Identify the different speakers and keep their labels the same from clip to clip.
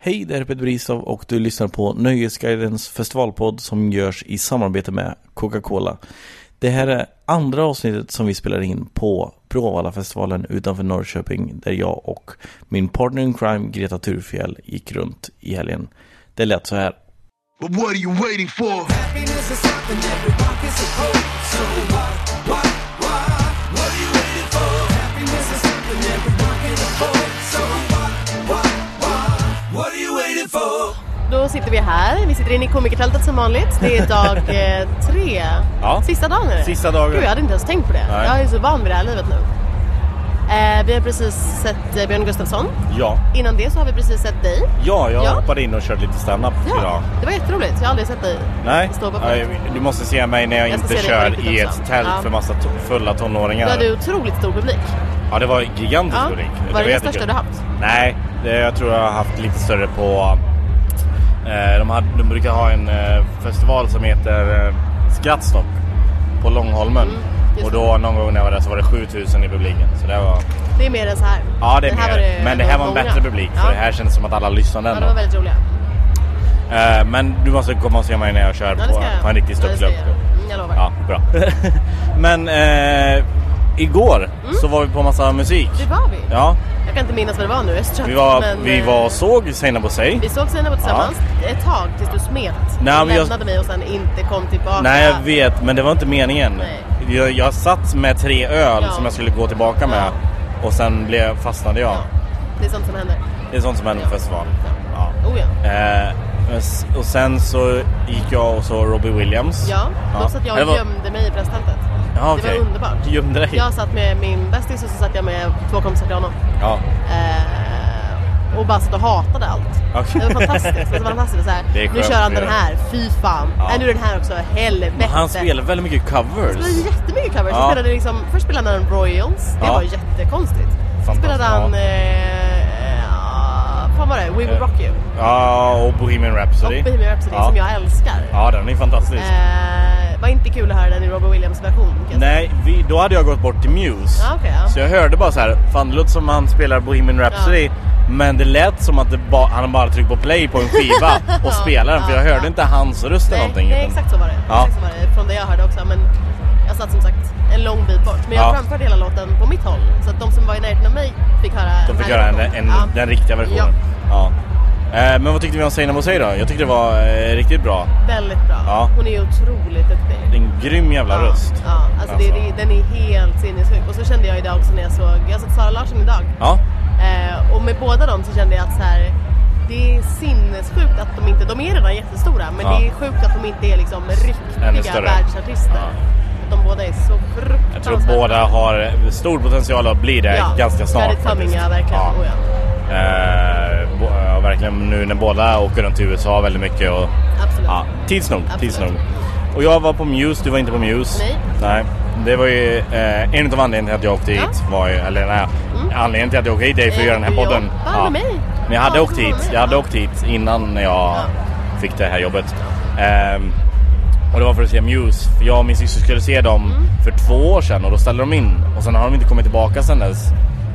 Speaker 1: Hej, det här är Peter Bristov och du lyssnar på Nöjesguidens festivalpodd som görs i samarbete med Coca-Cola. Det här är andra avsnittet som vi spelar in på Bråvalla-festivalen utanför Norrköping där jag och min partner in crime Greta Thurfjell gick runt i helgen. Det lät så här.
Speaker 2: But what are you waiting for?
Speaker 3: Happiness is something everyone can support. So what, what, what? What are you waiting for? Happiness is something everyone can afford. So what, what, what? What are you waiting for?
Speaker 4: Då sitter vi här. Vi sitter inne i komikertältet som vanligt. Det är dag eh, tre.
Speaker 5: Ja.
Speaker 4: Sista dagen är det.
Speaker 5: Sista dagen.
Speaker 4: Gud, jag hade inte ens tänkt på det.
Speaker 5: Nej.
Speaker 4: Jag är så van vid det här livet nu. Eh, vi har precis sett eh, Björn Gustafsson.
Speaker 5: Ja,
Speaker 4: Innan det så har vi precis sett dig.
Speaker 5: ja jag
Speaker 4: Ja.
Speaker 5: hoppade in och körde lite standup idag.
Speaker 4: Det var jätteroligt. Jag har aldrig sett dig.
Speaker 5: Nej,
Speaker 4: Stå på
Speaker 5: Nej, du måste se mig när jag,
Speaker 4: Jag ska
Speaker 5: inte
Speaker 4: se dig på
Speaker 5: kör
Speaker 4: riktigt
Speaker 5: i
Speaker 4: också.
Speaker 5: ett tält
Speaker 4: Ja.
Speaker 5: för massa to- fulla tonåringar.
Speaker 4: Du hade otroligt stor publik.
Speaker 5: Ja, det var gigantisk
Speaker 4: Ja.
Speaker 5: publik.
Speaker 4: Var det den
Speaker 5: jättekul.
Speaker 4: största du haft?
Speaker 5: Nej, det, jag tror jag har haft lite större på... Eh, de, hade, de brukar ha en eh, festival som heter eh, Skrattstopp på Långholmen.
Speaker 4: Mm, just
Speaker 5: och då någon gång när jag var där så var det 7000 i publiken. Så det var...
Speaker 4: Det är mer än så här.
Speaker 5: Ja, det är
Speaker 4: här
Speaker 5: mer.
Speaker 4: var
Speaker 5: Men det här var en
Speaker 4: många.
Speaker 5: bättre publik.
Speaker 4: Ja.
Speaker 5: För det här kändes som att alla lyssnade
Speaker 4: ja,
Speaker 5: ändå.
Speaker 4: de var väldigt roliga.
Speaker 5: Eh, men du måste komma och se mig när jag kör
Speaker 4: Ja, det
Speaker 5: på,
Speaker 4: ska jag.
Speaker 5: på en riktig
Speaker 4: Ja, det ska
Speaker 5: ståuppklubb.
Speaker 4: jag göra. Mm, Jag lovar.
Speaker 5: Ja, bra. men eh, igår så var vi på massa musik.
Speaker 4: Det var Mm. vi.
Speaker 5: Ja,
Speaker 4: Jag kan inte minnas vad det var nu. Jag är så trött,
Speaker 5: vi var,
Speaker 4: men,
Speaker 5: vi
Speaker 4: eh,
Speaker 5: var och såg Seinabo på sig.
Speaker 4: Vi såg senare tillsammans ett tag tills du smet.
Speaker 5: Nej,
Speaker 4: du
Speaker 5: men jag-
Speaker 4: lämnade mig och sen inte kom tillbaka.
Speaker 5: Nej, jag vet, men det var inte meningen.
Speaker 4: Nej.
Speaker 5: Jag, jag satt med tre öl
Speaker 4: Ja.
Speaker 5: som jag skulle gå tillbaka med och sen blev, fastnade jag.
Speaker 4: Ja. Det är sånt som händer.
Speaker 5: Det är sånt som händer på festival. Ja.
Speaker 4: Oh ja.
Speaker 5: Eh, men s- och sen så gick jag och så Robbie Williams.
Speaker 4: Ja, då satt jag
Speaker 5: Det
Speaker 4: och
Speaker 5: var-
Speaker 4: gömde mig i presstältet.
Speaker 5: Ja, okej.
Speaker 4: Det var underbart.
Speaker 5: Du gömde dig?
Speaker 4: Jag satt med min bästis och så satt jag med två kompisar till honom.
Speaker 5: Ja.
Speaker 4: Eh, och bara satt och hatade allt.
Speaker 5: Okej.
Speaker 4: Det var fantastiskt. Alltså, det var fantastiskt. Så här,
Speaker 5: Det är
Speaker 4: nu
Speaker 5: skönt
Speaker 4: kör han
Speaker 5: att
Speaker 4: den
Speaker 5: göra.
Speaker 4: här, fy fan.
Speaker 5: Ja.
Speaker 4: Nej, nu är den här också, helvete.
Speaker 5: Men han spelar väldigt mycket covers.
Speaker 4: Han spelade jättemycket covers. Han
Speaker 5: Ja.
Speaker 4: spelade liksom, först spelade han Royals, det
Speaker 5: Ja.
Speaker 4: var jättekonstigt. Sen
Speaker 5: Fantastiskt,
Speaker 4: spelade han...
Speaker 5: ja.
Speaker 4: Eh, ja, vad var det? We Will
Speaker 5: Eh,
Speaker 4: Rock You.
Speaker 5: Ja, och Bohemian
Speaker 4: Och
Speaker 5: Rhapsody.
Speaker 4: Bohemian Rhapsody
Speaker 5: ja.
Speaker 4: som jag älskar.
Speaker 5: Ja, den är fantastisk.
Speaker 4: Eh, var inte kul att höra den i Robbie Williams version. kan jag säga.
Speaker 5: Nej, vi, då hade jag gått bort till Muse.
Speaker 4: Ja, okej, ja.
Speaker 5: Så jag hörde bara så här, fan det låter som han spelar Bohemian Rhapsody.
Speaker 4: Ja.
Speaker 5: Men det lät som att det ba, han bara tryckte på play på en skiva och spelade den. För jag hörde inte hans röst eller
Speaker 4: Nej,
Speaker 5: någonting.
Speaker 4: nej
Speaker 5: utan-
Speaker 4: exakt så var det.
Speaker 5: Ja.
Speaker 4: Exakt så var det från det jag hörde också. Men jag satt som sagt en lång bit bort. Men jag
Speaker 5: Ja.
Speaker 4: framförde hela låten på mitt håll. Så att de som var i närheten av mig fick höra
Speaker 5: De fick
Speaker 4: den här
Speaker 5: göra en,
Speaker 4: versionen.
Speaker 5: en,
Speaker 4: Ja.
Speaker 5: den riktiga versionen. Ja. Eh, men vad tyckte vi om Seinabo Say då? Jag tyckte det var eh, riktigt bra.
Speaker 4: Ja, väldigt bra.
Speaker 5: Ja.
Speaker 4: Hon är ju otroligt duktig.
Speaker 5: Det är en grym jävla
Speaker 4: ja,
Speaker 5: röst.
Speaker 4: Ja, alltså, Det, det, den är helt sinnessjuk. Och så kände jag idag också när jag såg, jag såg Sara Larsson idag.
Speaker 5: Ja.
Speaker 4: Eh, och med båda dem så kände jag att så här, det är sinnessjukt att de inte, de är redan jättestora, men
Speaker 5: Ja.
Speaker 4: det är sjukt att de inte är liksom
Speaker 5: Ännu
Speaker 4: riktiga
Speaker 5: större.
Speaker 4: världsartister. Att De båda är så fruktansvärt
Speaker 5: Jag tror båda har stor potential att bli det
Speaker 4: Ja,
Speaker 5: ganska snart.
Speaker 4: Credit coming,
Speaker 5: faktiskt.
Speaker 4: ja verkligen.
Speaker 5: Ja.
Speaker 4: Oh, ja.
Speaker 5: Eh, bo- ja, verkligen nu när båda åker runt i USA väldigt mycket. Och,
Speaker 4: Absolut.
Speaker 5: ja, tids nog, tids nog.
Speaker 4: Absolut.
Speaker 5: Och jag var på Muse, du var inte på Muse.
Speaker 4: Nej.
Speaker 5: Nej. Det var ju eh, en av anledningarna till att jag åkte hit. Var ju, eller nej,
Speaker 4: Mm.
Speaker 5: anledningen till att jag åkte hit är ju för
Speaker 4: Eh,
Speaker 5: att göra den här
Speaker 4: du
Speaker 5: podden.
Speaker 4: jobbar med mig.
Speaker 5: Men jag hade
Speaker 4: Ja,
Speaker 5: åkt
Speaker 4: du jobbar med
Speaker 5: hit.
Speaker 4: mig.
Speaker 5: Jag hade
Speaker 4: Ja.
Speaker 5: åkt hit innan när jag fick det här jobbet. Ehm, och det var för att se Muse. För jag och min syster skulle se dem
Speaker 4: Mm.
Speaker 5: för två år sedan och då ställde de in. Och sen har de inte kommit tillbaka sen dess.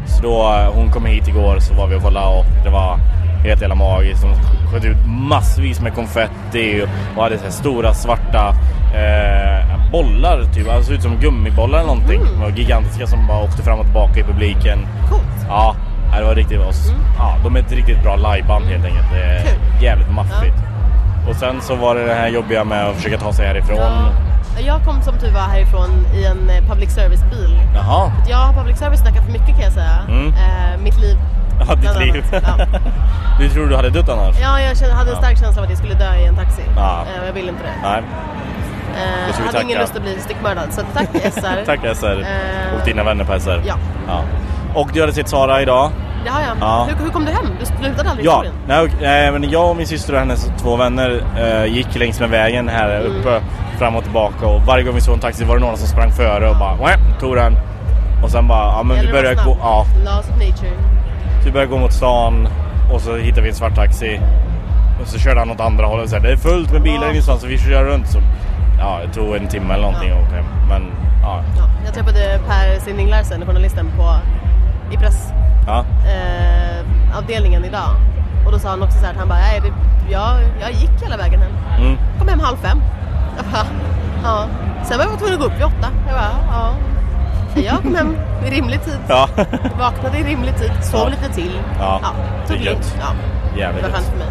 Speaker 5: Så då, eh, hon kom hit igår så var vi och kollade och det var helt jävla magiskt. De sköt ut massvis med konfetti och hade så här stora svarta eh, bollar typ. Alltså såg ut som gummibollar eller någonting.
Speaker 4: Mm.
Speaker 5: De var gigantiska som bara åkte fram och tillbaka i publiken.
Speaker 4: Coolt.
Speaker 5: Ja, nej, det var riktigt bra. Ja, de är ett riktigt bra liveband helt enkelt. Det är
Speaker 4: Mm. Kul.
Speaker 5: jävligt maffigt. Och sen så var det det här jobbiga med att försöka ta sig härifrån.
Speaker 4: Ja. Jag kom som tur var härifrån i en eh, public service bil.
Speaker 5: Jaha.
Speaker 4: Jag har public service snackat för mycket kan jag säga.
Speaker 5: Mm.
Speaker 4: Eh, mitt liv.
Speaker 5: Ja,
Speaker 4: bland
Speaker 5: ditt liv.
Speaker 4: annat. Ja.
Speaker 5: Du tror du hade dött annars?
Speaker 4: Ja, jag kände, hade en stark känsla av att jag skulle dö i en taxi.
Speaker 5: Ja.
Speaker 4: Eh, och jag ville inte det.
Speaker 5: Nej.
Speaker 4: Eh,
Speaker 5: Då
Speaker 4: jag
Speaker 5: ska vi
Speaker 4: hade
Speaker 5: tacka.
Speaker 4: ingen lust att bli styckmördad. Så tack SR.
Speaker 5: Tack SR.
Speaker 4: Eh,
Speaker 5: Och dina vänner på SR.
Speaker 4: Ja.
Speaker 5: ja. Och du hade sett Sara idag?
Speaker 4: Det har jag.
Speaker 5: Ja.
Speaker 4: Hur, hur kom du hem? Du slutade aldrig
Speaker 5: Ja,
Speaker 4: historien.
Speaker 5: nej, och- nej, men jag och min syster och hennes två vänner eh, gick längs med vägen här
Speaker 4: Mm.
Speaker 5: uppe fram och tillbaka och varje gång vi såg en taxi var det någon som sprang före och bara "Wah!" tog den och sen bara ja men vi
Speaker 4: Gäller det
Speaker 5: börjar
Speaker 4: att vara
Speaker 5: gå, ja,
Speaker 4: snabb? Laws of nature.
Speaker 5: så vi börjar gå mot stan och så hittar vi en svart taxi och så körde han åt andra hållet så här, det är fullt med bilar
Speaker 4: Ja.
Speaker 5: ingenstans så vi kör runt så ja det tog en timme eller någonting
Speaker 4: Ja.
Speaker 5: att åka hem men ja,
Speaker 4: Ja. Jag träffade Per Sinding Larsen, journalisten på, i press
Speaker 5: ja.
Speaker 4: eh, avdelningen idag. Och då sa han också så här att han bara, nej, det, jag, jag gick hela vägen hem.
Speaker 5: Mm.
Speaker 4: Kom hem halv fem. Jag bara, ja. Sen var jag tvungen att gå upp vid åtta. Jag bara, ja. Så jag kom hem i rimlig tid.
Speaker 5: Ja.
Speaker 4: Vaknade i rimlig tid, sov
Speaker 5: Ja.
Speaker 4: lite till.
Speaker 5: Ja,
Speaker 4: tog
Speaker 5: det är
Speaker 4: det
Speaker 5: gött.
Speaker 4: Ja, det
Speaker 5: Jävligt
Speaker 4: var skönt
Speaker 5: gött.
Speaker 4: för mig.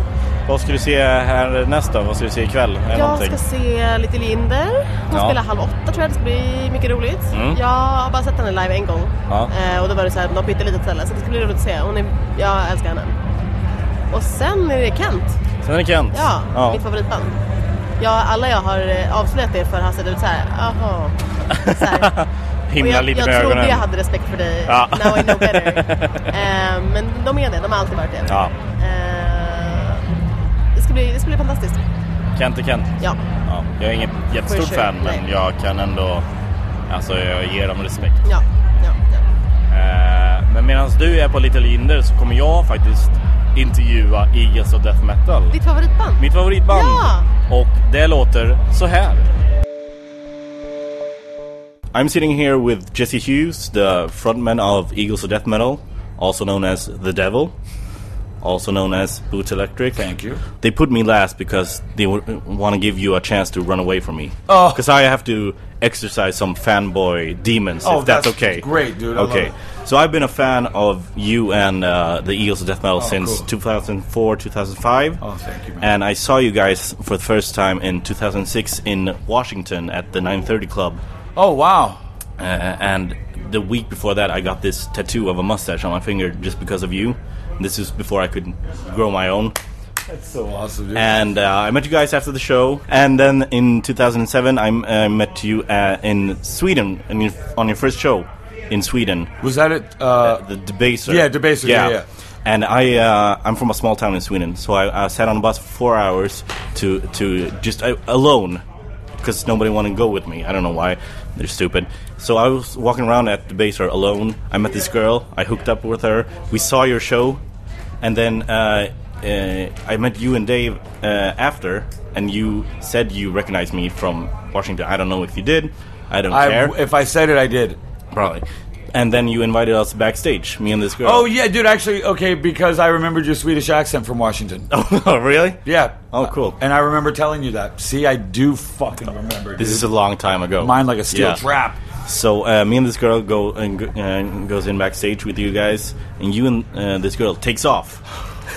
Speaker 5: Vad ska du se här nästa? Vad ska du se ikväll? Är
Speaker 4: Jag
Speaker 5: det någonting?
Speaker 4: ska se lite Linder. Hon
Speaker 5: Ja.
Speaker 4: spelar halv åtta tror jag. Det ska bli mycket roligt.
Speaker 5: Mm.
Speaker 4: Jag har bara sett henne live en gång.
Speaker 5: Ja.
Speaker 4: Eh, och då var det så här, något pyttelitet ställe. Så det ska bli roligt att se. Hon är, jag älskar henne. Och sen är det Kent.
Speaker 5: Sen är det Kent.
Speaker 4: Ja, mitt favoritband. Ja, alla jag har eh, avslöjat det för har sett ut så här, aha. Så här. Och
Speaker 5: Himla
Speaker 4: jag
Speaker 5: lite
Speaker 4: jag
Speaker 5: med
Speaker 4: trodde
Speaker 5: ögonen.
Speaker 4: jag hade respekt för dig.
Speaker 5: Ja.
Speaker 4: Now I know better. Eh, men de är det, de har alltid varit det.
Speaker 5: Ja.
Speaker 4: Eh, det, ska bli, det ska bli fantastiskt.
Speaker 5: Kent är Kent.
Speaker 4: Ja.
Speaker 5: Ja, jag är inget jättestort
Speaker 4: Sure,
Speaker 5: fan men
Speaker 4: nej.
Speaker 5: jag kan ändå... Alltså jag ger dem respekt.
Speaker 4: Ja, ja, ja.
Speaker 5: Eh, men medan du är på Little Jinder så kommer jag faktiskt intervjua IS och Death Metal.
Speaker 4: Ditt favoritband?
Speaker 5: Mitt favoritband.
Speaker 4: Ja!
Speaker 5: Och det låter så här. I'm sitting here with Jesse Hughes, the frontman of Eagles of Death Metal, also known as The Devil, also known as Boots Electric.
Speaker 6: Thank you.
Speaker 5: They put me last because they w- want to give you a chance to run away from me.
Speaker 6: Oh.
Speaker 5: Because I have to exercise some fanboy demons,
Speaker 6: Oh,
Speaker 5: if that's,
Speaker 6: that's
Speaker 5: okay.
Speaker 6: great, dude. I love
Speaker 5: okay.
Speaker 6: it.
Speaker 5: So I've been a fan of you and uh, the Eagles of Death Metal since
Speaker 6: Oh, cool.
Speaker 5: 2004, 2005.
Speaker 6: Oh, thank you, man.
Speaker 5: And I saw you guys for the first time in 2006 in Washington at the 930 Club.
Speaker 6: Oh wow.
Speaker 5: Uh, and the week before that, I got this tattoo of a mustache on my finger just because of you. This is before I could grow my own.
Speaker 6: That's so awesome, dude.
Speaker 5: And uh, I met you guys after the show. And then in 2007, I, m- I met you uh, in Sweden in your, on your first show in Sweden.
Speaker 6: Was that it? Uh,
Speaker 5: The debaser.
Speaker 6: Yeah, debaser, yeah, yeah.
Speaker 5: And I, uh, I'm from a small town in Sweden, so I, I sat on a bus for four hours to to just uh, alone because nobody wanted to go with me. I don't know why. They're stupid. So I was walking around at the debaser alone. I met this girl. I hooked up with her. We saw your show, and then uh, uh, I met you and Dave uh, after. And you said you recognized me from Washington. I don't know if you did. I don't
Speaker 6: I,
Speaker 5: care.
Speaker 6: if I said it, I did.
Speaker 5: Probably. And then you invited us backstage, me and this girl.
Speaker 6: Oh yeah, dude. Actually, okay, because I remembered your Swedish accent from Washington.
Speaker 5: Oh, really?
Speaker 6: Yeah.
Speaker 5: Oh, cool.
Speaker 6: And I remember telling you that. See, I do fucking remember.
Speaker 5: This
Speaker 6: dude.
Speaker 5: is a long time ago.
Speaker 6: mine like a steel
Speaker 5: Yeah.
Speaker 6: trap.
Speaker 5: So uh, me and this girl go and go- uh, goes in backstage with you guys, and you and uh, this girl takes off.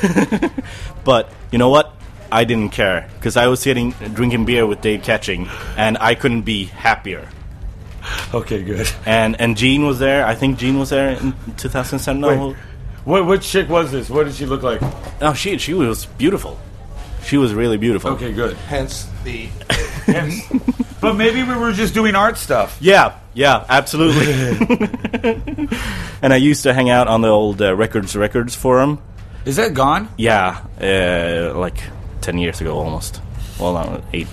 Speaker 5: but you know what? I didn't care because I was sitting drinking beer with Dave Catching, and I couldn't be happier.
Speaker 6: Okay, good.
Speaker 5: And and Gene was there. I think Gene was there in 2007. No,
Speaker 6: Wait, what what chick was this? What did she look like?
Speaker 5: no, she she was beautiful. She was really beautiful.
Speaker 6: Okay, good.
Speaker 7: Hence the
Speaker 6: Yes. but maybe we were just doing art stuff.
Speaker 5: Yeah, yeah, absolutely. and I used to hang out on the old uh, Records Records forum.
Speaker 6: Is that gone?
Speaker 5: Yeah, uh, like 10 years ago almost. Well, no, 8,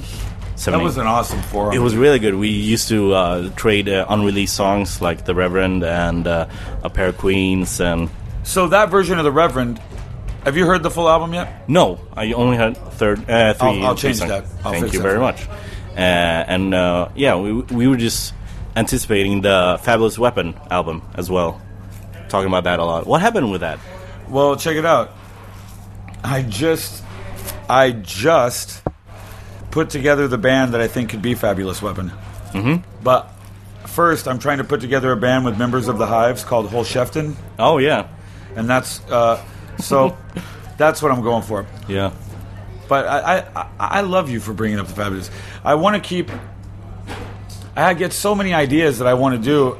Speaker 5: 7,
Speaker 6: That was an awesome forum.
Speaker 5: It was really good. We used to uh, trade uh, unreleased songs like The Reverend and uh, a pair of Queens and...
Speaker 6: so that version of the Reverend. Have you heard the full album yet?
Speaker 5: No, I only had third, uh, 3
Speaker 6: I'll
Speaker 5: three
Speaker 6: change
Speaker 5: songs.
Speaker 6: that. I'll
Speaker 5: Thank
Speaker 6: fix
Speaker 5: you
Speaker 6: that.
Speaker 5: very much. Uh, and uh, yeah, we, we were just anticipating the Fabulous Weapon album as well. Talking about that a lot. What happened with that?
Speaker 6: Well, check it out. I just, I just put together the band that I think could be Fabulous Weapon. Mm-hmm. But first, I'm trying to put together a band with members of the Hives called Whole Shefton,
Speaker 5: Oh, yeah.
Speaker 6: and that's uh, so. that's what I'm going for.
Speaker 5: Yeah.
Speaker 6: But I, I, I- I love you for bringing up the fabulous. I want to keep. I get so many ideas that I want to do,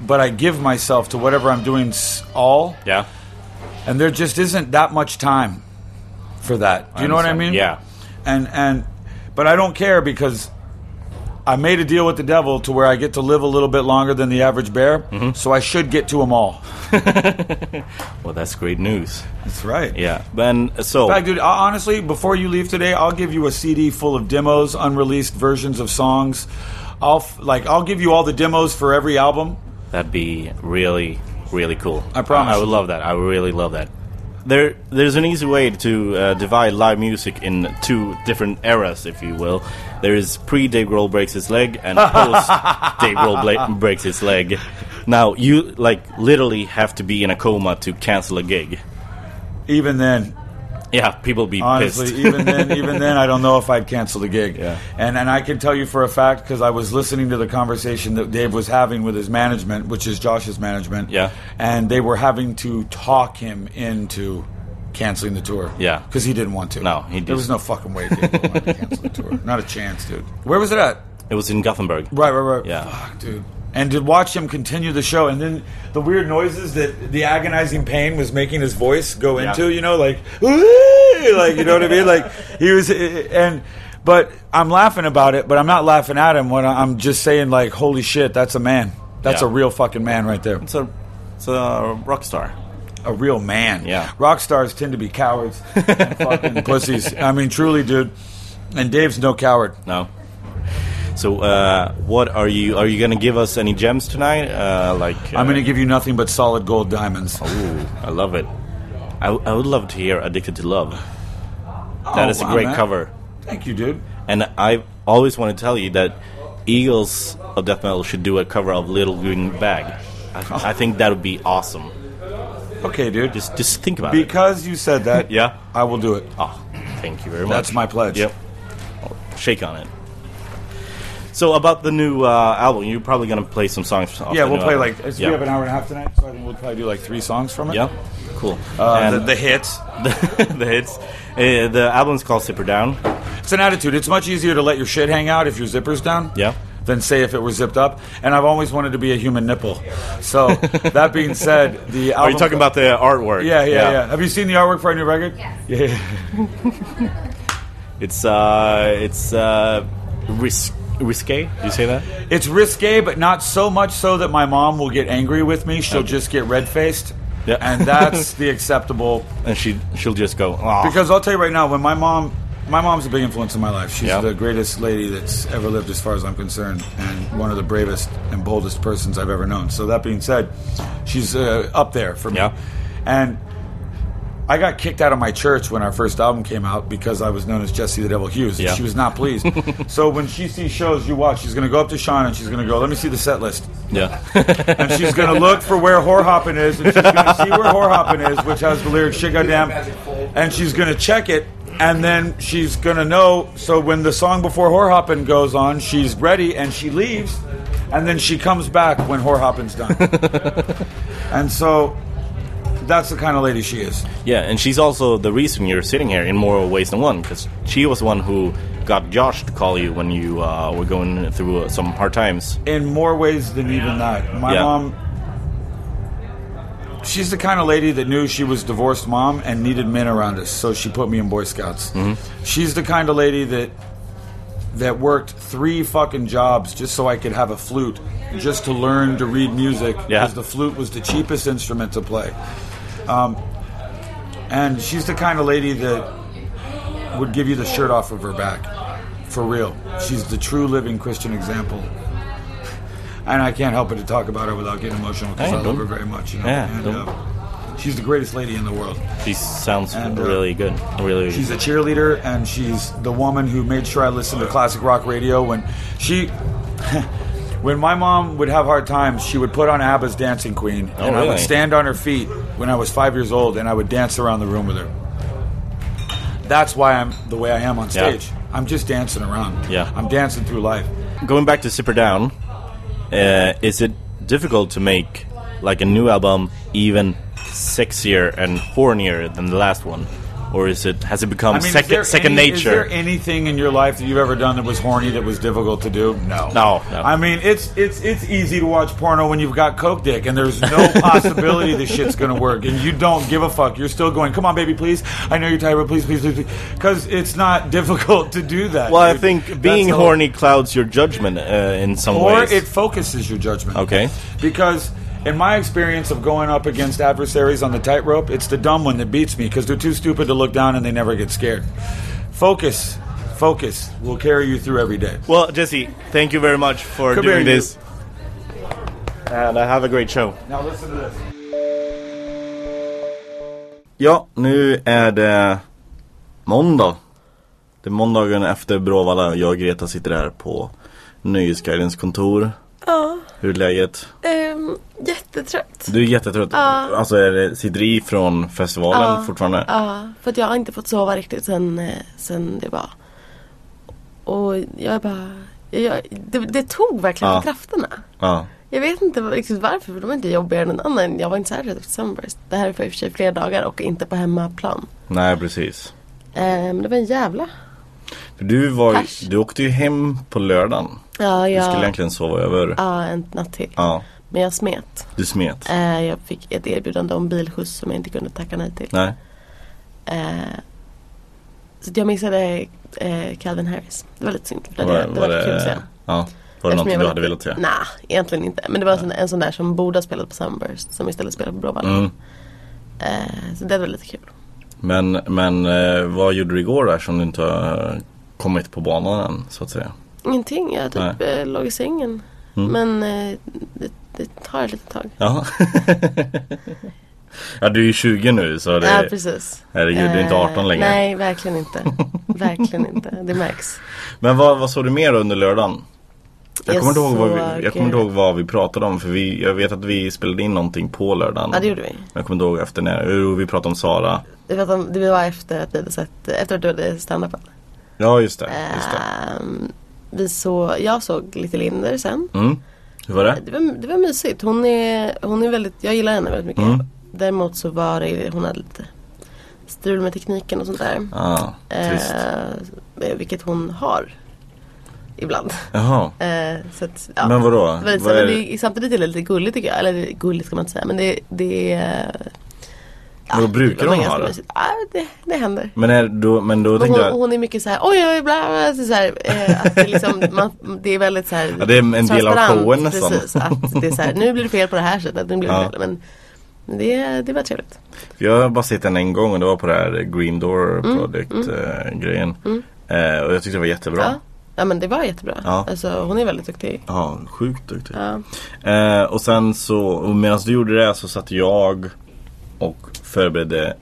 Speaker 6: but I give myself to whatever I'm doing s- all,
Speaker 5: Yeah.
Speaker 6: and there just isn't that much time for that. Do you know what I mean?
Speaker 5: understand. Yeah.
Speaker 6: And and, but I don't care because I made a deal with the devil to where I get to live a little bit longer than the average bear,
Speaker 5: Mm-hmm.
Speaker 6: so I should get to them all.
Speaker 5: Well, that's great news.
Speaker 6: That's right.
Speaker 5: Yeah. Then so
Speaker 6: In fact, dude, I- honestly, before you leave today, I'll give you a CD full of demos, unreleased versions of songs. I'll f- like I'll give you all the demos for every album.
Speaker 5: that'd be really, really cool.
Speaker 6: I promise.
Speaker 5: I would love that. I would really love that. There, there's an easy way to uh, divide live music in two different eras, if you will. There is pre Dave Grohl breaks his leg and post Dave Grohl bla- breaks his leg. Now you like literally have to be in a coma to cancel a gig.
Speaker 6: Even then,
Speaker 5: Yeah, people be
Speaker 6: Honestly,
Speaker 5: pissed.
Speaker 6: even then, even then, I don't know if I'd cancel the gig.
Speaker 5: Yeah.
Speaker 6: And and I can tell you for a fact because I was listening to the conversation that Dave was having with his management, which is Josh's management.
Speaker 5: Yeah.
Speaker 6: And they were having to talk him into canceling the tour.
Speaker 5: Yeah.
Speaker 6: Because he didn't want to.
Speaker 5: No, he
Speaker 6: There was no fucking way Dave wanted to cancel the tour. Not a chance, dude. Where was it at?
Speaker 5: It was in Gothenburg.
Speaker 6: Right, right, right.
Speaker 5: Yeah.
Speaker 6: Fuck, dude. And to watch him continue the show, and then the weird noises that the agonizing pain was making his voice go
Speaker 5: Yeah.
Speaker 6: into, you know, like, "Ooh," like you know what I mean? Like he was, eh, and but I'm laughing about it, but I'm not laughing at him. When I- I'm just saying, like, holy shit, that's a man. That's a
Speaker 5: Yeah.
Speaker 6: real fucking man right there.
Speaker 5: It's a, it's a rock star.
Speaker 6: A real man.
Speaker 5: Yeah.
Speaker 6: Rock stars tend to be cowards and fucking pussies. I mean, truly, dude. And Dave's no coward.
Speaker 5: No. So, uh, what are you? Are you gonna give us any gems tonight? Uh, like, uh,
Speaker 6: I'm going to give you nothing but solid gold diamonds.
Speaker 5: Ooh, I love it. I, I would love to hear "Addicted to Love." That
Speaker 6: Oh,
Speaker 5: is a
Speaker 6: wow,
Speaker 5: great
Speaker 6: man.
Speaker 5: cover,
Speaker 6: Thank you, dude.
Speaker 5: and I always want to tell you that Eagles of Death Metal should do a cover of "Little Green Bag." I, I think that would be awesome.
Speaker 6: Okay, dude.
Speaker 5: Just, just think about it.
Speaker 6: Because you said that,
Speaker 5: Yeah.
Speaker 6: I will do it.
Speaker 5: Oh, thank you very much.
Speaker 6: That's my pledge.
Speaker 5: Yep. I'll shake on it. So about the new uh, album, you're probably gonna play some songs. Off
Speaker 6: Yeah,
Speaker 5: the
Speaker 6: we'll
Speaker 5: new
Speaker 6: play
Speaker 5: album.
Speaker 6: like it's- we have an hour and a half tonight, so I think we'll probably do like three songs from it.
Speaker 5: Yeah, cool.
Speaker 6: Uh,
Speaker 5: And
Speaker 6: the, the hits.
Speaker 5: the, hits. Uh, the album's called Zipper Down.
Speaker 6: It's an attitude. It's much easier to let your shit hang out if your zipper's down.
Speaker 5: Yeah.
Speaker 6: Than say if it were zipped up. And I've always wanted to be a human nipple. So that being said, the album
Speaker 5: Are you talking about the artwork?
Speaker 6: Yeah, yeah, yeah, Have you seen the artwork for our new record? Yes. Yeah.
Speaker 5: It's uh, it's uh, ris- risque. Do you say that?
Speaker 6: It's risque, but not so much so that my mom will get angry with me. She'll just get red faced.
Speaker 5: Yeah.
Speaker 6: And that's the acceptable
Speaker 5: And she she'll just go. "Ah." "Aw."
Speaker 6: Because I'll tell you right now, when my mom, my mom's a big influence in my life. She's
Speaker 5: Yeah.
Speaker 6: the greatest lady that's ever lived, as far as I'm concerned, and one of the bravest and boldest persons I've ever known. So that being said, she's uh, up there for me.
Speaker 5: Yeah.
Speaker 6: And I got kicked out of my church when our first album came out because I was known as Jesse the Devil Hughes. and
Speaker 5: Yeah.
Speaker 6: She was not pleased. so when she sees shows you watch, she's going to go up to Sean and she's going to go, "Let me see the set list."
Speaker 5: yeah,
Speaker 6: and she's gonna look for where whore hopping is, and she's gonna see where whore hopping is, which has the lyric "shit goddamn," and she's gonna check it, and then she's gonna know. So when the song before whore hopping goes on, she's ready and she leaves, and then she comes back when whore hopping's done. and so, that's the kind of lady she is.
Speaker 5: yeah. And she's also the reason you're sitting here in more ways than one because she was the one who got Josh to call you when you uh, were going through uh, some hard times.
Speaker 6: in more ways than even that. My
Speaker 5: Yeah.
Speaker 6: mom, she's the kind of lady that knew she was divorced mom and needed men around us, so she put me in Boy Scouts. She's the kind of lady that that worked three fucking jobs just so I could have a flute, just to learn to read music,
Speaker 5: Yeah.
Speaker 6: because the flute was the cheapest instrument to play. Um, and she's the kind of lady that would give you the shirt off of her back, for real. She's the true living Christian example. And I can't help but to talk about her without getting emotional because
Speaker 5: Hey,
Speaker 6: I love
Speaker 5: don't-
Speaker 6: her very much. You know?
Speaker 5: Yeah,
Speaker 6: and,
Speaker 5: don't-
Speaker 6: uh, she's the greatest lady in the world.
Speaker 5: She sounds
Speaker 6: And, uh,
Speaker 5: really good. Really,
Speaker 6: She's a cheerleader, and she's the woman who made sure I listened to classic rock radio. When she, when my mom would have hard times, she would put on ABBA's Dancing Queen,
Speaker 5: Oh,
Speaker 6: and I
Speaker 5: really?
Speaker 6: would stand on her feet when I was five years old, and I would dance around the room with her. That's why I'm the way I am on
Speaker 5: Yeah.
Speaker 6: stage. I'm just dancing around.
Speaker 5: Yeah.
Speaker 6: I'm dancing through life.
Speaker 5: going back to Zipper Down, uh, is it difficult to make like a new album even sexier and hornier than the last one, or is it has it become
Speaker 6: I mean, is
Speaker 5: second
Speaker 6: there
Speaker 5: second
Speaker 6: any- Is
Speaker 5: nature?
Speaker 6: there anything in your life that you've ever done that was horny that was difficult to do? No,
Speaker 5: No, no.
Speaker 6: I mean, it's it's it's easy to watch porno when you've got coke dick, and there's no possibility this shit's gonna work, and you don't give a fuck. You're still going, come on, baby, please. I know you're tired, but please, please, please, because it's not difficult to do that.
Speaker 5: well, I
Speaker 6: dude.
Speaker 5: think
Speaker 6: That's
Speaker 5: being
Speaker 6: the-
Speaker 5: horny clouds your judgment uh, in some
Speaker 6: or
Speaker 5: ways.
Speaker 6: it focuses your judgment.
Speaker 5: Okay.
Speaker 6: Because in my experience of going up against adversaries on the tightrope, it's the dumb one that beats me because they're too stupid to look down and they never get scared. Focus, focus will carry you through every day.
Speaker 5: well, Jesse, thank you very much for
Speaker 6: Come
Speaker 5: doing
Speaker 6: here, you.
Speaker 5: this, and uh, have a great show.
Speaker 6: Now listen to this.
Speaker 5: Ja, nu är det måndag. Det är måndagen efter Bråvalla. Jag och Greta sitter här på Nöjesguidens kontor. Hur är läget?
Speaker 4: Ehm, jättetrött.
Speaker 5: Du är jättetrött. Alltså är det, sitter du i från festivalen fortfarande?
Speaker 4: Ja, för att jag har inte fått sova riktigt sen, eh, sen det var. Och jag är bara... Jag, det, det tog verkligen
Speaker 5: Ja.
Speaker 4: på krafterna.
Speaker 5: Ja.
Speaker 4: Jag vet inte vad- riktigt varför, för de är inte jobbigare än någon annan. Jag var inte så här rädd efter Sunburst. Det här är för i och för sig flera dagar och inte på hemmaplan.
Speaker 5: Nej precis.
Speaker 4: Eh, Men det var en jävla...
Speaker 5: För du, var,
Speaker 4: Pers.
Speaker 5: ju- du åkte ju hem på lördagen.
Speaker 4: Ja,
Speaker 5: Du skulle
Speaker 4: jag...
Speaker 5: egentligen sova över.
Speaker 4: Ja, en natt till.
Speaker 5: Ja.
Speaker 4: Men jag smet.
Speaker 5: Du smet.
Speaker 4: Eh, Jag fick ett erbjudande om bilskjuts som jag inte kunde tacka nej till.
Speaker 5: Nej.
Speaker 4: Eh, Så att jag missade eh, Calvin Harris. Det var lite synd. För det,
Speaker 5: Var-
Speaker 4: hade- det var,
Speaker 5: var
Speaker 4: lite kul att se.
Speaker 5: det, ja. var det
Speaker 4: Eftersom
Speaker 5: någonting
Speaker 4: jag
Speaker 5: du
Speaker 4: var
Speaker 5: hade
Speaker 4: lite-
Speaker 5: velat säga?
Speaker 4: Nej, egentligen inte. Men det var en sån, en sån där som borde ha spelat på Sunburst som istället spelade på Bråvalla.
Speaker 5: Mm.
Speaker 4: Eh, så det var lite kul.
Speaker 5: Men, men eh, vad gjorde du igår där som du inte har kommit på banan än så att säga?
Speaker 4: Ingenting, jag typ eh, låg i sängen.
Speaker 5: Mm.
Speaker 4: Men eh, det, det tar ett litet tag.
Speaker 5: Ja. ja du är ju 20 nu så det,
Speaker 4: Ja, precis.
Speaker 5: herregud, du är inte
Speaker 4: Eh,
Speaker 5: 18 längre.
Speaker 4: Nej, verkligen inte. verkligen inte. Det märks.
Speaker 5: Men vad, vad såg du mer under lördagen? Jag,
Speaker 4: Jag
Speaker 5: kommer, inte ihåg vad vi,
Speaker 4: såg-
Speaker 5: jag kommer inte ihåg vad vi pratade om för vi, jag vet att vi spelade in någonting på lördagen.
Speaker 4: Ja, det gjorde vi.
Speaker 5: Men jag kommer inte ihåg efter när. Jo, vi pratade om Sara.
Speaker 4: Det var, att- det var efter att vi hade sett, efter att du hade standupen.
Speaker 5: Ja, just det. Just det.
Speaker 4: Ehm, vi så, jag såg Little Linder sen.
Speaker 5: Mm. Hur var det?
Speaker 4: Det var, det var mysigt. Hon är, hon är väldigt, jag gillar henne väldigt mycket.
Speaker 5: Mm.
Speaker 4: Däremot så var det, hon hade lite strul med tekniken och sånt där.
Speaker 5: Ah, trist.
Speaker 4: Eh, vilket hon har. Ibland.
Speaker 5: Jaha.
Speaker 4: Eh, så att, ja.
Speaker 5: Men vadå?
Speaker 4: Det var lite, så-
Speaker 5: Vad är
Speaker 4: men det, är- samtidigt är det lite gulligt tycker jag. Eller det är gulligt ska man inte säga. Men det, det är...
Speaker 5: Men då brukar
Speaker 4: det var
Speaker 5: hon ha
Speaker 4: ganska
Speaker 5: det?
Speaker 4: mysigt. Ja, det, det händer.
Speaker 5: Men, är, då, men då
Speaker 4: Men
Speaker 5: tänkte
Speaker 4: hon,
Speaker 5: jag...
Speaker 4: hon är mycket såhär, oj oj bla bla. Så så här, eh, att det, är liksom, man, det är väldigt såhär
Speaker 5: Ja, det är en del av
Speaker 4: transparent,
Speaker 5: showen nästan.
Speaker 4: Precis, att det är såhär, nu blir det fel på det här sättet. Nu blir det
Speaker 5: Ja.
Speaker 4: fel. Men men det, det var trevligt.
Speaker 5: Jag har bara sett den en gång och det var på det här Green Door
Speaker 4: Mm,
Speaker 5: Project eh, grejen. Eh, och jag tyckte det var jättebra.
Speaker 4: Ja. ja men det var jättebra.
Speaker 5: Ja.
Speaker 4: Alltså, hon är väldigt duktig.
Speaker 5: Ja, sjukt duktig.
Speaker 4: Ja.
Speaker 5: Eh, och sen så, medan du gjorde det så satt jag och förberedde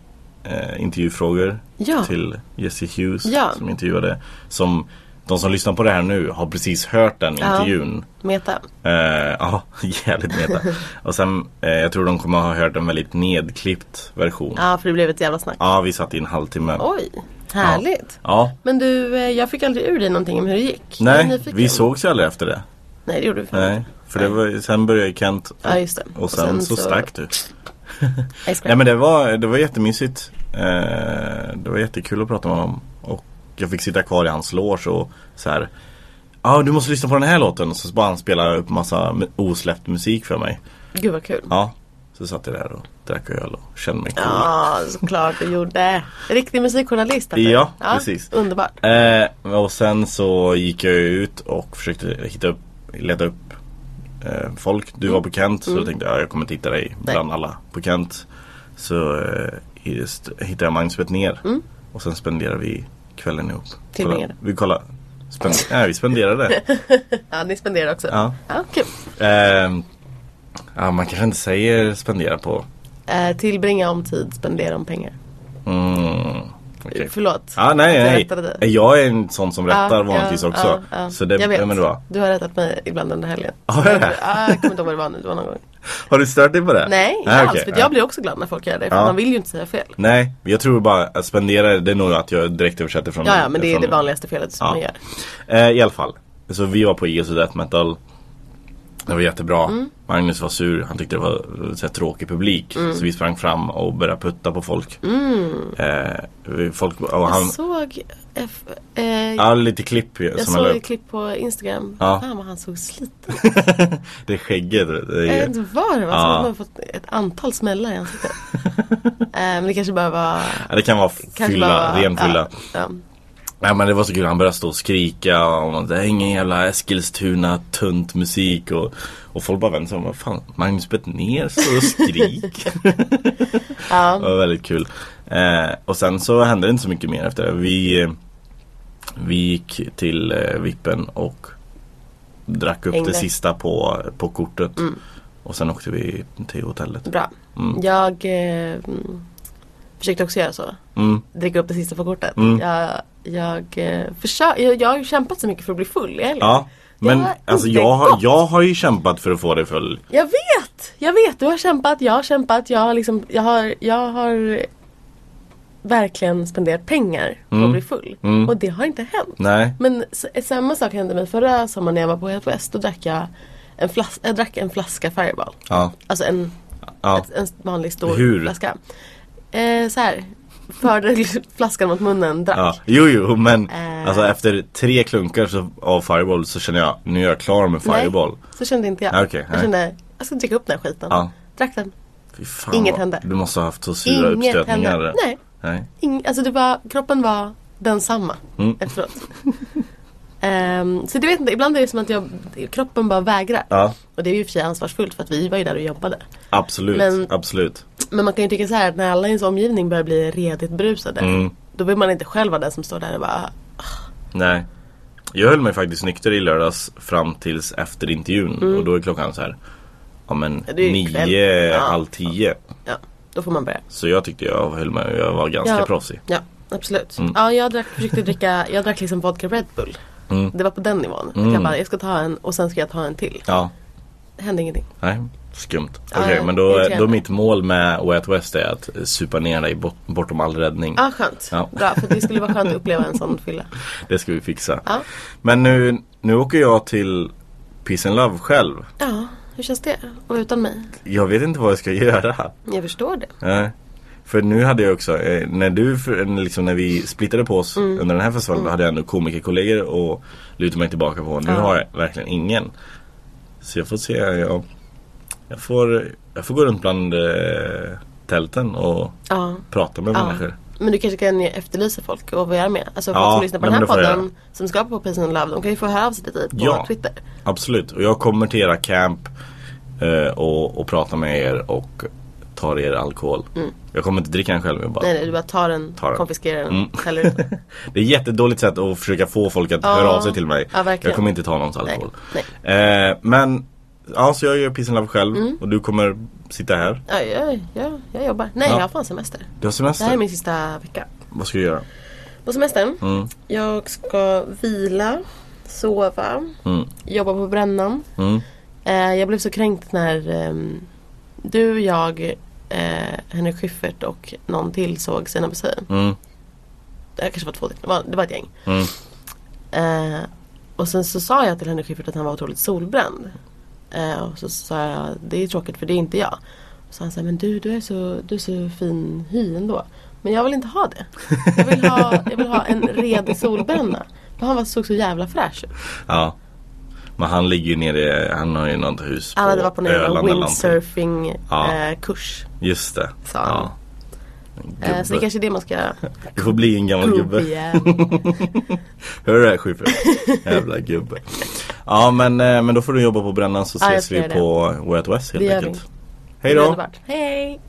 Speaker 5: eh, intervjufrågor
Speaker 4: Ja.
Speaker 5: till Jesse Hughes
Speaker 4: Ja.
Speaker 5: som intervjuade. Som de som lyssnar på det här nu har precis hört den
Speaker 4: Ja.
Speaker 5: intervjun.
Speaker 4: Meta.
Speaker 5: Eh, Ja, jävligt meta. och sen, eh, jag tror de kommer ha hört en väldigt nedklippt version. Ja,
Speaker 4: Ja för det blev ett jävla snack.
Speaker 5: vi satt i en halvtimme.
Speaker 4: Oj, härligt.
Speaker 5: Ja,
Speaker 4: Men du, eh, jag fick aldrig ur dig någonting om hur det gick. Jag är
Speaker 5: nej,
Speaker 4: nyfiken.
Speaker 5: vi sågs ju aldrig efter det.
Speaker 4: Nej det gjorde vi fan
Speaker 5: Nej,
Speaker 4: inte.
Speaker 5: för det var, sen började Kent och,
Speaker 4: Ja, just det.
Speaker 5: och sen, så, stack du.
Speaker 4: Nej, jag
Speaker 5: Nej men det var, det var jättemysigt. Eh, det var jättekul att prata med honom. Och jag fick sitta kvar i hans loge och så här. Ja du måste lyssna på den här låten. Och så bara han spelade upp massa mu- osläppt musik för mig.
Speaker 4: Gud vad kul.
Speaker 5: Ja. Så satt jag där och drack öl och kände mig cool.
Speaker 4: Ja, såklart du gjorde. Riktig musikjournalist. Petter.
Speaker 5: Ja, precis.
Speaker 4: Underbart.
Speaker 5: Eh, och sen så gick jag ut och försökte hitta upp, leta upp eh, folk. Du var
Speaker 4: Mm.
Speaker 5: på Kent så då tänkte jag jag kommer inte hitta dig bland alla på Kent. Så eh, just, hittade jag Magnus ner
Speaker 4: Mm.
Speaker 5: och sen spenderade vi kvällen ihop.
Speaker 4: Tillbringade.
Speaker 5: Kolla- Vi kollade. Spend, nej, vi spenderade.
Speaker 4: Ja, ni spenderar också.
Speaker 5: ja.
Speaker 4: Ja, kul.
Speaker 5: Eh, ja, man kanske inte säger spendera på.
Speaker 4: Eh, tillbringa om tid, spendera om pengar.
Speaker 5: Mm, okej.
Speaker 4: Förlåt.
Speaker 5: Ah, nej,
Speaker 4: att jag
Speaker 5: nej.
Speaker 4: rättade dig.
Speaker 5: Eh, Jag är en sån som rättar
Speaker 4: Ja,
Speaker 5: vanligtvis
Speaker 4: ja,
Speaker 5: också.
Speaker 4: ja, ja.
Speaker 5: Så det,
Speaker 4: jag vet.
Speaker 5: ja, men det var.
Speaker 4: Du har rättat mig ibland under helgen.
Speaker 5: Har jag det?
Speaker 4: Ja, jag kommer inte ihåg vad det var nu. Det var någon gång.
Speaker 5: Har du stört dig på det?
Speaker 4: Nej, inte
Speaker 5: Ah,
Speaker 4: alls.
Speaker 5: okej.
Speaker 4: för
Speaker 5: Ah.
Speaker 4: jag blir också glad när folk gör det. För
Speaker 5: Ja.
Speaker 4: man vill ju inte säga fel.
Speaker 5: Nej, jag tror bara att spendera det är nog att jag direkt översätter från
Speaker 4: Ja, ja, men det är
Speaker 5: från,
Speaker 4: det vanligaste felet som
Speaker 5: Ja.
Speaker 4: man gör.
Speaker 5: Eh, I alla fall, så vi var på IS och Death Metal Det var jättebra
Speaker 4: Mm.
Speaker 5: Magnus var sur, han tyckte det var eh, så här, tråkig publik
Speaker 4: Mm.
Speaker 5: Så vi sprang fram och började putta på folk eh, vi- Folk och han,
Speaker 4: Jag såg, F, eh,
Speaker 5: ja lite klipp ju,
Speaker 4: jag
Speaker 5: som han la
Speaker 4: såg ett
Speaker 5: upp
Speaker 4: klipp på Instagram.
Speaker 5: Ja.
Speaker 4: Fan vad han såg sliten
Speaker 5: Det är skägget det
Speaker 4: Jag
Speaker 5: är
Speaker 4: vet
Speaker 5: ju,
Speaker 4: inte vad det var. Som
Speaker 5: Ja.
Speaker 4: att man har fått ett antal smällar i ansiktet. eh, men det kanske bara var...
Speaker 5: ja, Det kan vara
Speaker 4: Kanske
Speaker 5: fylla,
Speaker 4: bara, var-
Speaker 5: ren fylla
Speaker 4: Ja, ja.
Speaker 5: Ja men det var så kul, han började stå och skrika och det är ingen jävla Eskilstuna tunt musik och, och folk bara vände sig om och fan Magnus ner står och skriker.
Speaker 4: Ja.
Speaker 5: det var väldigt kul. Eh, och sen så hände det inte så mycket mer efter det. Vi, eh, vi gick till eh, Vippen och drack upp
Speaker 4: Hängde.
Speaker 5: det sista på, på kortet. Och sen åkte vi till hotellet.
Speaker 4: Bra. Jag eh, mm, försökte också göra så.
Speaker 5: Mm.
Speaker 4: Dricka upp det sista på kortet.
Speaker 5: Mm.
Speaker 4: Jag, jag, eh, försö- jag, jag har ju kämpat så mycket för att bli full i helgen.
Speaker 5: Ja, Men
Speaker 4: har
Speaker 5: alltså
Speaker 4: inte
Speaker 5: jag har,
Speaker 4: gått.
Speaker 5: jag har ju kämpat för att få det full.
Speaker 4: Jag vet! Jag vet, du har kämpat, jag har kämpat, jag har liksom, jag har, jag har verkligen spenderat pengar på
Speaker 5: Mm.
Speaker 4: att bli full. Och det har inte hänt.
Speaker 5: Nej.
Speaker 4: Men s- samma sak hände mig förra sommaren när jag var på Helt West. Då drack jag en, flas- jag drack en flaska Fireball.
Speaker 5: Ja.
Speaker 4: Alltså en,
Speaker 5: ja.
Speaker 4: ett, en vanlig stor
Speaker 5: Hur?
Speaker 4: flaska. Eh, så här. förde flaskan mot munnen, drack.
Speaker 5: Ja, jo, jo, men
Speaker 4: Eh.
Speaker 5: alltså efter tre klunkar så, av Fireball så känner jag nu är jag klar med Fireball.
Speaker 4: Nej, så kände inte jag.
Speaker 5: Okej,
Speaker 4: jag
Speaker 5: nej.
Speaker 4: kände, jag ska dricka upp den här skiten.
Speaker 5: Ja.
Speaker 4: Drack den.
Speaker 5: Fy fan,
Speaker 4: Inget
Speaker 5: vad-
Speaker 4: hände.
Speaker 5: Du måste ha haft så sura
Speaker 4: Inget
Speaker 5: uppstötningar.
Speaker 4: hände. Nej.
Speaker 5: Nej.
Speaker 4: Ing, alltså det var, kroppen var densamma
Speaker 5: Mm.
Speaker 4: efteråt. Ehm, så det vet jag inte, ibland är det som att jag, kroppen bara vägrar.
Speaker 5: Ja,
Speaker 4: Och det är ju i och för sig ansvarsfullt för att vi var ju där och jobbade.
Speaker 5: absolut.
Speaker 4: Men-
Speaker 5: absolut.
Speaker 4: Men man kan ju tycka så här att när alla i ens omgivning börjar bli redigt berusade.
Speaker 5: Mm.
Speaker 4: Då vill man inte själv vara den som står där och bara
Speaker 5: Nej. Jag höll mig faktiskt nykter i lördags fram tills efter intervjun och då är klockan så här Ja men
Speaker 4: Mm. det är ju
Speaker 5: nio,
Speaker 4: kväll. Ja.
Speaker 5: halv tio.
Speaker 4: ja, då får man börja.
Speaker 5: Så jag tyckte jag höll mig, jag var ganska
Speaker 4: Ja.
Speaker 5: proffsig.
Speaker 4: Ja, absolut.
Speaker 5: Mm.
Speaker 4: Ja, jag drack, försökte dricka, jag drack liksom vodka Red Bull.
Speaker 5: Mm.
Speaker 4: Det var på den nivån. Att jag bara, jag ska ta en och sen ska jag ta en till.
Speaker 5: Ja.
Speaker 4: Det hände ingenting.
Speaker 5: Nej, skumt.
Speaker 4: Ja,
Speaker 5: Okej, men
Speaker 4: det är
Speaker 5: då,
Speaker 4: trevligt.
Speaker 5: då mitt mål med Way Out West är att eh, supa ner dig bort, bortom all räddning.
Speaker 4: Ja, ah, skönt.
Speaker 5: Ja.
Speaker 4: Bra, för det skulle vara skönt att uppleva en sån fylla.
Speaker 5: Det ska vi fixa.
Speaker 4: Ja.
Speaker 5: Men nu, nu åker jag till Peace and Love själv.
Speaker 4: Ja, hur känns det? Och utan mig?
Speaker 5: Jag vet inte vad jag ska göra.
Speaker 4: Jag förstår det.
Speaker 5: Nej. För nu hade jag också, eh, när du, för- liksom när vi splittade på oss
Speaker 4: Mm.
Speaker 5: under den här festivalen, då hade jag ändå komikerkollegor och luta mig tillbaka på. Nu
Speaker 4: Ja.
Speaker 5: har jag verkligen ingen. Så jag får se, jag, jag, får, jag får gå runt bland eh, tälten och
Speaker 4: Ja.
Speaker 5: prata med
Speaker 4: ja.
Speaker 5: människor.
Speaker 4: Men du kanske kan ju efterlysa folk och vad jag är med. Alltså folk
Speaker 5: Ja,
Speaker 4: som lyssnar på
Speaker 5: nej,
Speaker 4: den här
Speaker 5: men det får jag
Speaker 4: podden som ska på Peace and Love, de kan ju få höra av sig till dig på
Speaker 5: Ja.
Speaker 4: Twitter.
Speaker 5: Absolut, och jag kommer till era camp eh, och, och prata med er och tar er alkohol. Jag kommer inte dricka den själv. Jag bara,
Speaker 4: Mm. Nej, nej, du bara tar den,
Speaker 5: Tar den. Mm.
Speaker 4: konfiskerar den, häller ut den.
Speaker 5: Det är ett jättedåligt sätt att försöka få folk att
Speaker 4: Ja.
Speaker 5: höra av sig till mig.
Speaker 4: Ja, verkligen.
Speaker 5: jag kommer inte ta någons
Speaker 4: Nej,
Speaker 5: alkohol.
Speaker 4: nej.
Speaker 5: Eh, men, ja så jag gör Peace and Love själv
Speaker 4: Mm.
Speaker 5: och du kommer sitta här.
Speaker 4: Ja, ja, ja, jag jobbar. Nej,
Speaker 5: Ja.
Speaker 4: jag har fan semester.
Speaker 5: Du har
Speaker 4: Det här är
Speaker 5: semester.
Speaker 4: min sista vecka.
Speaker 5: Vad ska du göra? Mm,
Speaker 4: På semestern, jag ska vila, sova,
Speaker 5: Mm.
Speaker 4: jobba på brännan. Eh, jag blev så kränkt när ehm, du, jag, eh, Henrik Schyffert och någon till såg sina Abusay.
Speaker 5: Mm.
Speaker 4: Det kanske var två till, det var, det var ett gäng. Eh, och sen så sa jag till Henrik Schyffert att han var otroligt solbränd. Eh, och så sa jag, det är tråkigt för det är inte jag. Och så han sa, men du, du är så, du är så fin hy ändå. Men jag vill inte ha det. Jag vill ha, jag vill ha en redig solbränna. För han var, såg så jävla fräsch ut.
Speaker 5: Ja. Men han ligger ju nere, han har ju något hus på
Speaker 4: Han hade varit på någon jävla
Speaker 5: Öland eller någonting. Ja.
Speaker 4: windsurfing-kurs.
Speaker 5: Just det.
Speaker 4: Sa han.
Speaker 5: En
Speaker 4: Eh, så det
Speaker 5: gubbe.
Speaker 4: kanske är det man ska
Speaker 5: Du får bli en gammal
Speaker 4: prova
Speaker 5: gubbe.
Speaker 4: igen.
Speaker 5: Hör du det här Schyffert? Jävla gubbe. Ja men, eh, men då får du jobba på brännan så
Speaker 4: Ja, jag
Speaker 5: ses
Speaker 4: ska
Speaker 5: vi
Speaker 4: göra det.
Speaker 5: på Way Out West helt
Speaker 4: Det gör
Speaker 5: enkelt.
Speaker 4: vi.
Speaker 5: Hej då.
Speaker 4: Underbart. Hej!